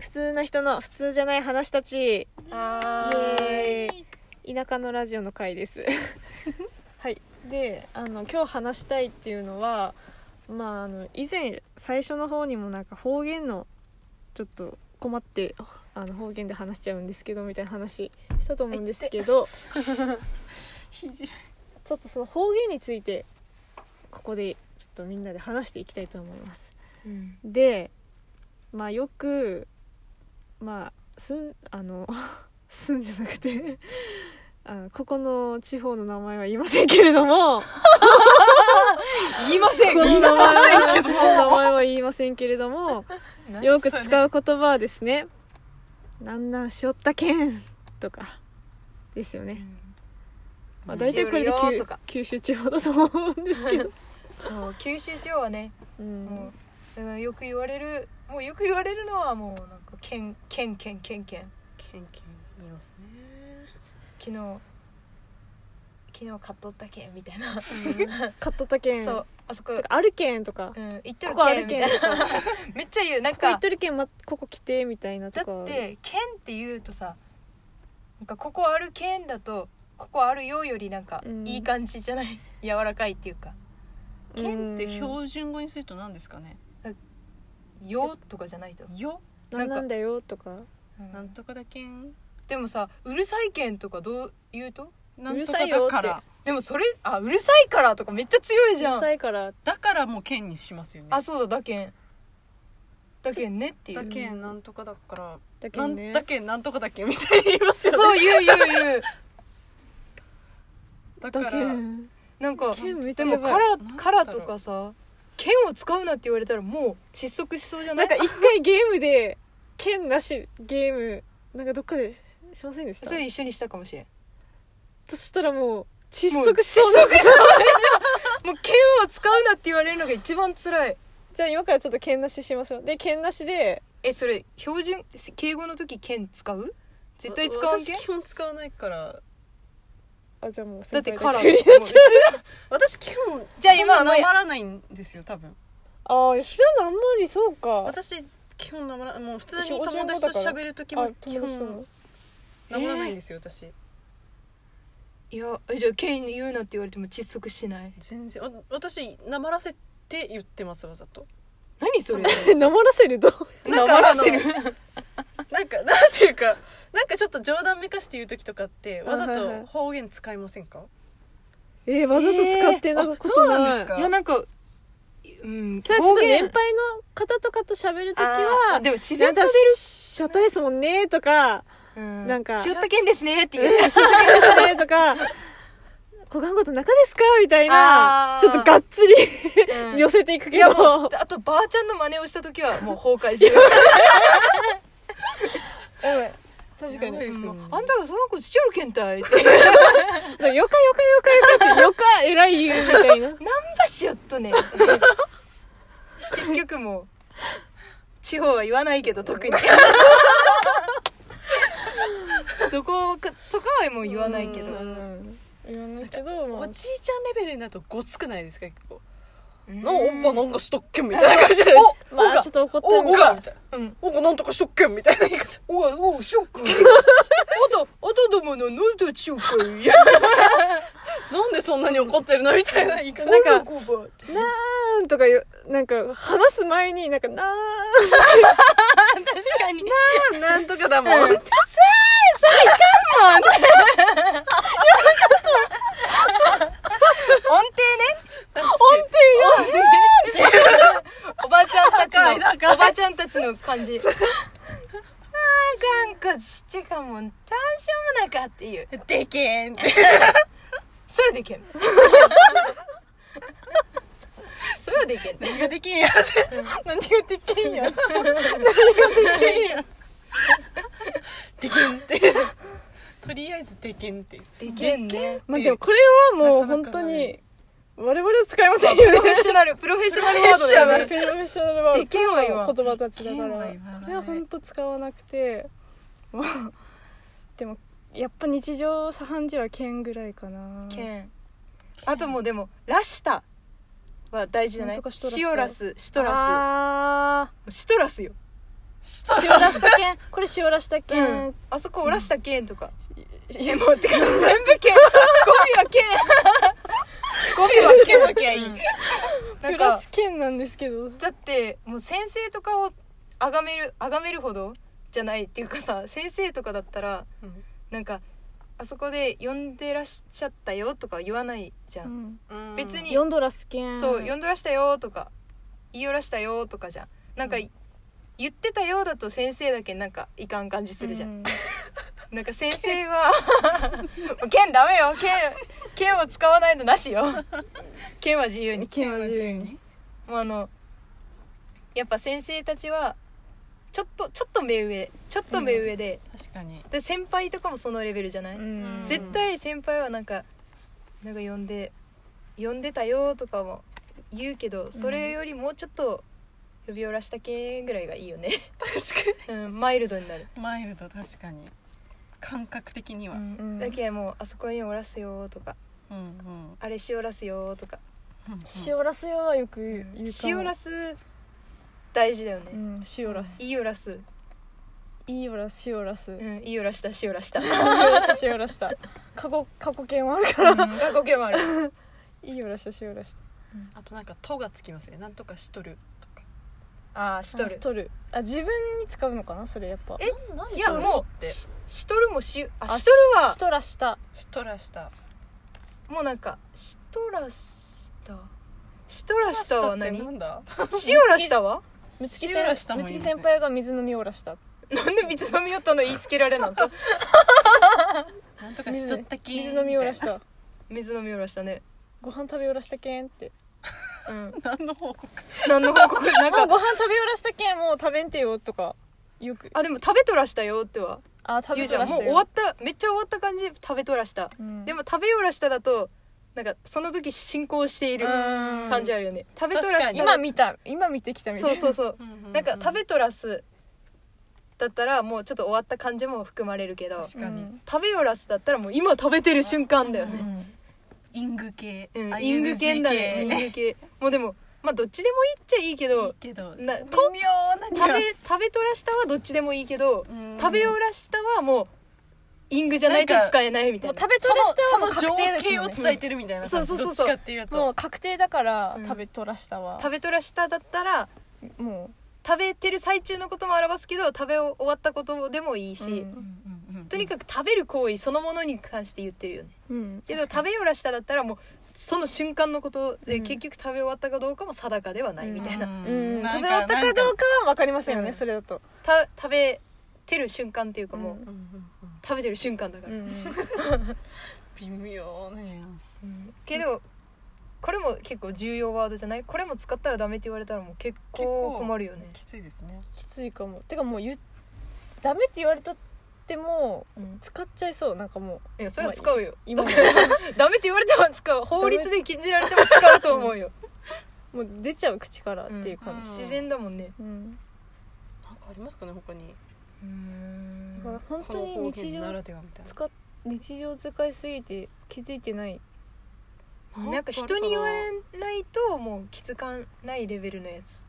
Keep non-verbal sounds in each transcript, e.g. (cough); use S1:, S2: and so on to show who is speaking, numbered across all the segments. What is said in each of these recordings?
S1: 普通な人の普通じゃない話たち
S2: は
S1: イエ
S2: ー
S1: ー田舎のラジオの回です
S2: (laughs)
S1: はいであの今日話したいっていうのはまああの以前最初の方にもなんか方言のちょっと困ってあの方言で話しちゃうんですけどみたいな話したと思うんですけど
S2: 肘
S1: ちょっとその方言についてここでちょっとみんなで話していきたいと思います
S2: うん
S1: でまあよくまあすんあの (laughs) すんじゃなくてあのここの地方の名前は言いませんけれども
S2: (laughs) 言いません
S1: こ
S2: 言
S1: の
S2: い
S1: 名
S2: ま
S1: 前
S2: せん
S1: は
S2: け
S1: 地
S2: ど
S1: 方の名前は言いませんけれどもよく
S2: う
S1: 使う言葉はですね「なんなんしよったけん」とかですよね、まあ、大体これで
S2: しよるよ
S1: 九
S2: とか
S1: 九州地方だと思うんですけど、
S2: そう九州地方はね
S1: うん
S2: もうだからよく言われるもうよく言われるのはもうなんかけんけんけんけんけん
S3: ケンケン言いますね
S2: 昨日昨日買っとったけんみたいな、
S1: 買っとったけん
S2: そうあそこ、
S1: とかあるけんとか
S2: うん、行っと
S1: こ
S2: る
S1: こあ
S2: け
S1: る
S2: んみた
S1: けん
S2: いな
S1: とか
S2: めっちゃ言うなん
S1: ここ行
S2: か
S1: っとるけん、ま、ここ来てみたいなと
S2: だ
S1: か
S2: って「県」って言うとさなんかここある県だと「ここあるよ」よりなんか
S1: うん
S2: いい感じじゃない、柔らかいっていうか
S3: 剣って
S1: 表
S3: 標準語にすると何ですかね
S2: 「よ」とかじゃないと、
S3: よ
S1: なんなんだよとか
S2: うん
S3: なんとかだけん
S2: でもさ「うるさい県」とかどう言うと
S3: な
S1: うんる
S3: と
S1: さ
S3: か
S1: いよ
S3: だ
S1: って
S3: から
S2: でもそれ「あうるさいから」とかめっちゃ強いじゃ
S1: 小
S2: ん
S1: さいから
S3: だからもう県にしますよね
S2: あそうだだけんだけんねってい
S3: だ
S2: う
S3: けんなんとかだから
S1: だけ
S3: なんん
S1: ね
S3: だけんなんとかだけんみたいに言いますよね
S2: そう言う言う
S1: (laughs)
S2: 言う
S3: だか
S1: だ
S3: ら
S1: けん
S2: なんか
S1: けんめっち
S2: で
S1: ゃや
S2: も
S1: ば
S2: か
S1: い
S2: ら
S3: なんだろう
S2: からとかさ剣を使うなって言われたらもう窒息しそうじゃな
S1: ないんか一回ゲームで剣なしゲームなんかどっかでししませんでした
S2: それ一緒にしたかもしれん
S1: そしたらもう窒
S2: もう
S1: 息しそうな
S2: もう剣を使うなって言われるのが一番辛い
S1: (laughs) じゃあ今からちょっと剣なししましょうで剣なしで
S2: えそれ標準敬語の時剣使う絶対使わんけ
S3: 私基本使わない (laughs) から
S1: あじゃあもう
S2: だ
S1: 先
S2: って
S1: 輩
S2: カラ
S1: だ
S2: ー
S1: け
S2: もううち
S1: (laughs)
S3: 私基本
S2: じゃあ今
S3: そんな
S2: もうや
S3: ならないんですよ多分
S1: ああ吉田のあんまりそうか
S3: 私基本なまらもう普通に
S1: 標準
S3: 友
S1: 語だ
S3: 達
S1: か
S3: と
S1: ら
S3: 喋る時
S1: あ
S3: も基
S1: 友達と
S3: 本
S1: も
S3: なまらないんですよ私
S2: いやえじゃあ剣言うなって言われても窒息しない
S3: 全然あ私なまらせて言ってますわざと
S2: 何それ
S1: えなまらせると
S3: なんかあのなんかなんていうかなんかちょっと冗談めかして言う時とかってわざ
S1: あはいはい
S3: と方言使いませんか
S1: えー、わざと使ってな
S3: えー
S1: ん
S3: あ
S1: かこ
S3: そ
S1: と
S3: う
S1: ない,、
S3: なんですか
S2: いやなんかうん
S1: それはちょっと
S2: 方言
S1: 年配の方とかと喋るとき
S2: あ
S1: は
S2: ーでも自
S1: な
S2: 然
S1: ん
S2: と
S1: か
S2: 出る
S1: 初対ですもんねと
S2: (laughs)
S1: か
S2: うん
S1: なんか
S2: 塩田剣ですねって言
S1: 「
S2: う
S1: 知ってください」とか「小顔こと中ですか?」みたいな
S2: あー
S1: ちょっとがっつり
S2: うん
S1: 寄せていく
S2: い
S1: け
S2: やもう
S1: ど
S2: あとばあちゃんの真似をした時はもう崩壊する
S1: うん確か
S3: や
S1: に
S3: ばいです
S2: うん
S3: よ
S2: もう
S3: ね
S2: あんたがその子ちっちゃるけんたいって
S1: (laughs) 「だからよかよかよかよか」って「よか偉い言う」みたいな
S2: なんばしよっとね結局もう地方は言わないけど特にどことかはもう言わないけど
S1: うん言わないけどま
S3: お
S1: あ
S3: じいちゃんレベルになるとごつくないですか結構
S2: うん
S3: なおっぱなんかしとっけんみたいな感じじゃないですか
S1: まあちょっと怒って
S3: お
S1: る
S3: おかみたいな
S2: うん
S3: おかなんとかしとっけんみたいな言い方
S2: おいおいショッ (laughs) クあとあとどものなんとちゅうかいや
S3: なんでそんなに怒ってるのみたいな言い方
S1: なんか
S2: こらこば
S1: なんとかよなんか話す前になんかな
S2: 確かに
S3: なんとかだもん
S2: 音程ね音程よおばちゃん
S3: 高い
S2: たち
S3: 高
S2: の
S3: い
S2: おばちゃんたちの感じあーがんこちっちゃかもん大しょうもなかっていう
S3: でけんって
S2: それでいけんそれでいけんね
S3: 何ができんやって
S1: ー何ができんや
S3: でけんってとりあえずでけんっていう
S2: でけんね
S1: まあでもこれはもう本当に我々は使いません
S2: プ
S1: よ
S2: ロフ
S1: ね
S2: ェッショナルプロフェッショナルワードだよね
S1: プロフェッショナルワード
S2: できんわ今
S1: 言葉たちだから
S3: できんわ今のね
S1: これは本当使わなくてもう (laughs) でもやっぱ日常茶飯事は剣ぐらいかな
S2: けんあともうでもらしたは大事じゃない
S1: なんとかしとらした
S2: 塩ラスシトラ
S1: あ
S2: スシトラスよ
S1: 塩出したけんこれ塩出したけん、
S2: あそこおらしたけんとか。 (laughs)
S3: いや、
S1: (laughs)
S3: もう、てか、全部けん。
S2: ゴミはけん
S3: けんいい。
S2: (laughs) な
S1: プ
S2: ん
S1: ラ
S2: か
S1: ス、けんなんですけど
S2: だって、もう先生とかを崇める、崇めるほどじゃないっていうかさ、先生とかだったら、
S3: うん
S2: なんか、あそこで呼んでらっしゃったよとか言わないじゃん。
S3: うん
S2: 別に
S1: 4ドラスけん
S2: そう、呼んでらしたよとか、言いよらしたよとかじゃん。なんか、言ってたようだと先生だけなんかいかん感じするじゃん。
S1: うん
S2: なんか先生は (laughs) 剣ダメよ剣剣を使わないのなし (laughs) よ剣は自由に
S1: けんは自由に
S2: もうあのやっぱ先生たちはちょっとちょっと目上ちょっと目上で,、
S3: 確かに。
S2: で先輩とかもそのレベルじゃない、
S1: うん
S2: 絶対先輩はなんかなんか呼んで呼んでたよとかも言うけどそれよりもうちょっと呼び寄らしたけぐらいがいいよね確かに、うん、マイルドになる
S3: マイルド、確かに。感覚的には。うん
S1: うん
S2: だけどもうあそこにおらすよとか
S3: うん。
S2: あれしおらすよとか
S1: 塩ラス用はよく言うかも
S2: しおらす大事だよ
S1: う
S2: ね
S1: ん塩ラス
S2: いいおらす
S1: いいよら塩ラス
S2: うんいいおらしたしおらした
S1: 塩らした過去過去形もあるから
S2: が語源もある
S1: いいよらした塩らした
S3: あとなんか「と」がつきますねなんとかしとるとか
S2: ああしと
S1: あ
S2: る
S1: 取るあ自分に使うのかなそれやっぱ
S2: え
S3: なん
S2: いやも
S3: っ
S2: う
S3: て
S2: ししとるもしあ
S1: あ
S2: しとるは
S1: しとらした
S3: しとらした
S2: もうなんかしとらしたしとらしたは何
S3: なんだ
S2: しおらしたは
S1: むつき
S3: しおらし
S1: 先
S3: た
S1: む
S3: もいい
S1: つ
S3: で
S1: き
S3: すね
S1: 先輩が水飲みおらした
S2: なんで水飲みよったの言いつけられなかった
S3: なんとかし
S1: 水
S3: とったき
S1: 水飲みおらした
S2: 水飲みおらしたね
S1: ご飯食べおらしたけんって
S2: うん
S3: 何の報告
S2: 何の報告なん
S1: あ
S2: か
S1: ご飯食べおらしたけんもう食べんてよとかよく
S2: あでも食べとらしたよっては
S1: あ食
S2: 言
S1: べ
S2: うじ
S1: とら
S2: ゃん
S1: し
S2: もう
S1: たよ
S2: 終わっためっちゃ終わった感じ食べとらした
S1: うん
S2: でも食べよらしただとなんかその時進行している感じあるよね、食べとら
S3: 確か
S2: し
S3: に
S2: た
S1: 今見た今見てきたみた
S2: そ
S1: い
S2: う
S1: な
S2: そうそう、
S3: うん
S2: なんか食べとらすだったらもうちょっと終わった感じも含まれるけど
S3: 確かに
S1: うん
S2: 食べよらすだったらもう今食べてる瞬間だよね、
S3: イング系
S2: うん、
S3: ING
S2: イング系だねイング系もうでもまあどっちでもいいっちゃいいけ
S3: い
S2: ど
S3: いけ
S2: な
S3: ど
S2: と
S3: 微妙なニ
S2: 食
S3: ュアン
S2: べ
S3: ス
S2: 食べとらしたはどっちでもいいけど
S3: うん
S2: 食べよらしたはもうイングじゃないと使えないみたい
S1: もう
S2: な
S1: 食べとらしたはもう
S3: そ
S1: 確
S3: の
S1: 定
S3: 情
S1: です
S3: 景
S1: よ
S3: を
S1: ね
S3: 伝えてるみたいな感じ
S2: そうそうそうそう
S3: どっちかっていうと
S1: もう確定だから
S2: うん
S1: 食べとらしたは
S2: 食べとらしただったら
S1: も
S2: 食べてる最中のことも表すけど食べ終わったことでもいいし、
S1: う
S3: うんんうんうん
S2: とにかく食べる行為そのものに関して言ってるよね
S1: ううん
S2: けど食べよらしただったらもうその瞬間のことで、結局食べ終わったかどうかも定かではないみたいな、
S3: うん
S1: うん
S3: な
S1: 食
S3: ん
S1: べ終わったかどうかは分かりませんよ
S2: う
S1: ね
S2: ん
S1: それだと
S2: た食べてる瞬間っていうかもう、
S1: うん
S3: なんかうんうんうん
S2: 食べてる瞬間だから、
S1: うん
S3: 微妙なニュアンス
S2: けどこれも結構重要ワードじゃないこれも使ったらダメって言われたらもう結構
S3: 結構
S2: 困るよね
S3: きついですね
S1: きついかもてかもう言っダメって言われとっても
S2: うん
S1: 使っちゃいそうなんかもう
S2: いやそれは使うよ、
S1: (laughs) 今も
S2: ダメって言われても使
S3: (laughs)
S2: う法律で禁じられても使うと思うよ、
S1: もう出ちゃう口からっていう感じ
S2: 自然だもんね
S1: うん
S3: なんかありますかね他に
S1: だから本当に日
S3: この方言な
S1: 常
S3: らではみたいな
S1: 使っ日常使いすぎて気づいてない
S2: なんか人に言われないともう気づかないレベルのやつ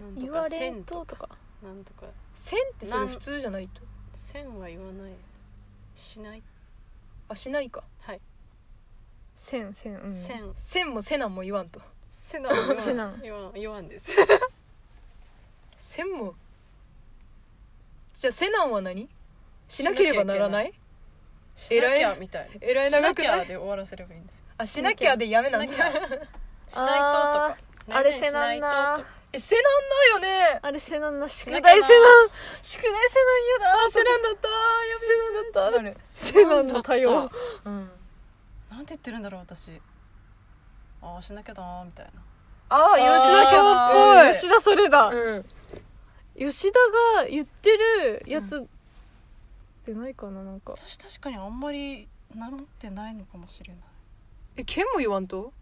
S3: うん
S1: 言われ
S3: 線
S1: んととか
S3: なんとか
S2: 線ってそ
S3: な
S2: れ
S3: ん
S2: 普通じゃないと
S3: 線は言わないしない
S2: あしないか
S3: はい、
S1: 線線うん
S3: 線
S2: 線もせなんも言わんと
S3: せな
S1: (laughs)
S3: は
S1: せな
S3: 言わん言わんです
S2: 線もじゃあせなんは何しなければならない
S3: しなきゃみたい
S2: えらい
S3: な
S2: 長く
S3: しなき
S2: な
S3: ゃ
S2: い
S3: で終わらせればいいんですよ
S2: あしなきゃでやめ
S3: しな
S2: なん
S3: き
S2: だ
S3: ゃしないととか
S1: あーあれせな
S3: 何
S1: ん
S3: 々しない
S1: な
S3: ととか
S2: えせなんだよね
S1: あれせなんな宿
S3: な
S1: 題
S3: きゃな
S1: せなん宿題せなんやだ
S2: せなんだった
S1: せなんだった
S2: なる
S1: せなんの多
S3: なんだ
S1: 様
S3: っ
S2: うん
S3: たなんて言ってるんだろう私ああしなきゃだーみたいな
S2: ああ吉田
S3: は
S2: 京っ
S1: 吉田それだ
S2: ぽいうん
S1: 吉田が言ってるやつってないかな (laughs) なんか
S3: 私確かにあんまり名乗ってないのかもしれない
S2: え剣も言わんと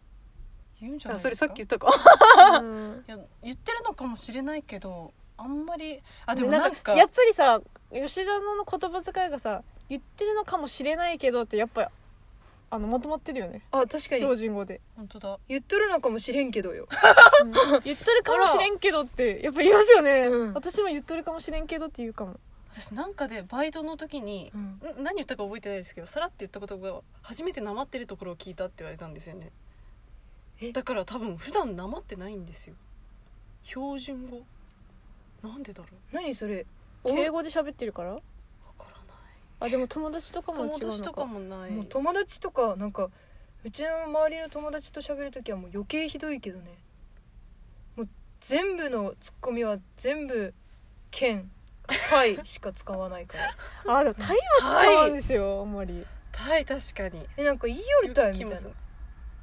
S3: 言うんじゃない
S2: あ
S3: ですか
S2: それさっき言ったか
S1: うん
S3: いや言ってるのかもしれないけどあんまりあで
S1: で
S3: も
S1: な
S3: なんん
S1: か
S3: か
S1: やっぱりさ吉田の言葉遣いがさ言ってるのかもしれないけどってやっぱあのまとまってるよね
S2: あ確か
S1: 標
S2: に
S1: 準語 (laughs) で、
S3: 本当だ
S2: 言っとるのかもしれんけどよ
S1: うん言っとるかもしれんけどってやっぱ言いますよね、
S2: うん
S1: 私も言っとるかもしれんけどって言うかも
S3: 私なんかでバイトの時に、
S2: うん
S3: ん何言ったか覚えてないですけどさらって言ったことが初めてなまってるところを聞いたって言われたんですよね
S2: え
S3: だから多分普段なまってないんですよ標準語なんでだろ
S2: 何それお
S1: 敬語で喋ってるから
S3: うわからな
S1: あでも友達とかも違う
S3: い
S1: のか
S3: 友達とかもない
S2: もう友達とかなんかうちの周りの友達と喋る時はもう余計ひどいけどねもう全部のツッコミは全部「剣」「はい」しか使わない (laughs) から
S1: あでもタイは使わんですよあんまり
S3: はい確かに
S2: えなんか言いよるたいみた
S3: 聞
S2: いな
S3: きます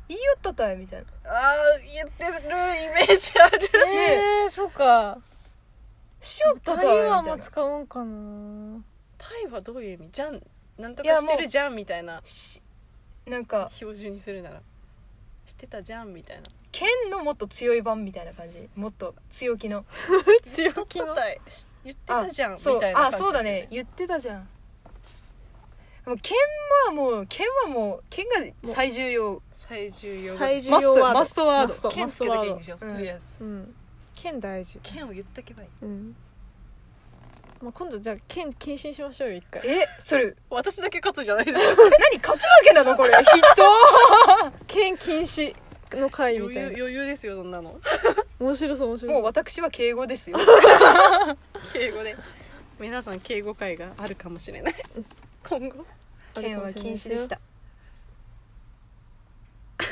S2: 言いよったたいみたいな
S3: あー言ってるイメージある
S1: ええー、そうか
S2: しよった
S1: タ
S2: た
S1: イ
S2: い
S1: は
S2: み
S1: も
S2: たいうな
S1: 使うんかな
S3: タイはどういう意味じゃんなんと
S2: いや
S3: かしてるじゃんみたいな
S2: しなんか
S3: 標準にするならしてたじゃんみたいな
S2: 剣のもっと強い版みたいな感じもっと強気の
S1: 強
S3: とっ
S1: 気
S3: と
S1: の
S3: ったいし言ってたじゃんみ
S2: そう
S3: たいな感じです
S2: あそうだね言ってたじゃんもう剣はもう剣はもう剣が最重要
S3: 最重要
S1: 最重
S2: マス
S1: 要
S2: ト
S1: ワード
S2: マストワード
S1: マスト
S3: 剣
S1: マ
S3: つ
S1: スト
S3: けと
S1: ワ
S3: けいい
S1: ー
S3: んでしょ、
S2: うん
S3: とりあえず
S1: ドうん剣大事
S3: 剣を言っとけばいい
S1: うんまあ、今度じゃあ剣禁止にしましょうよ一回
S2: えそれ
S3: 私だけ勝つじゃないですか
S2: 何勝ち負けなのこ
S1: (laughs)
S2: れヒット
S1: 剣禁止の回み
S3: (laughs) 余
S1: たい
S3: 裕
S1: な
S3: 余裕ですよそんなの
S1: 面白そう面白そう
S2: もう私は敬語ですよ
S3: (laughs) 敬語で皆さん敬語会があるかもしれない今後
S1: あるかもしれないですよ
S2: 剣は禁止でした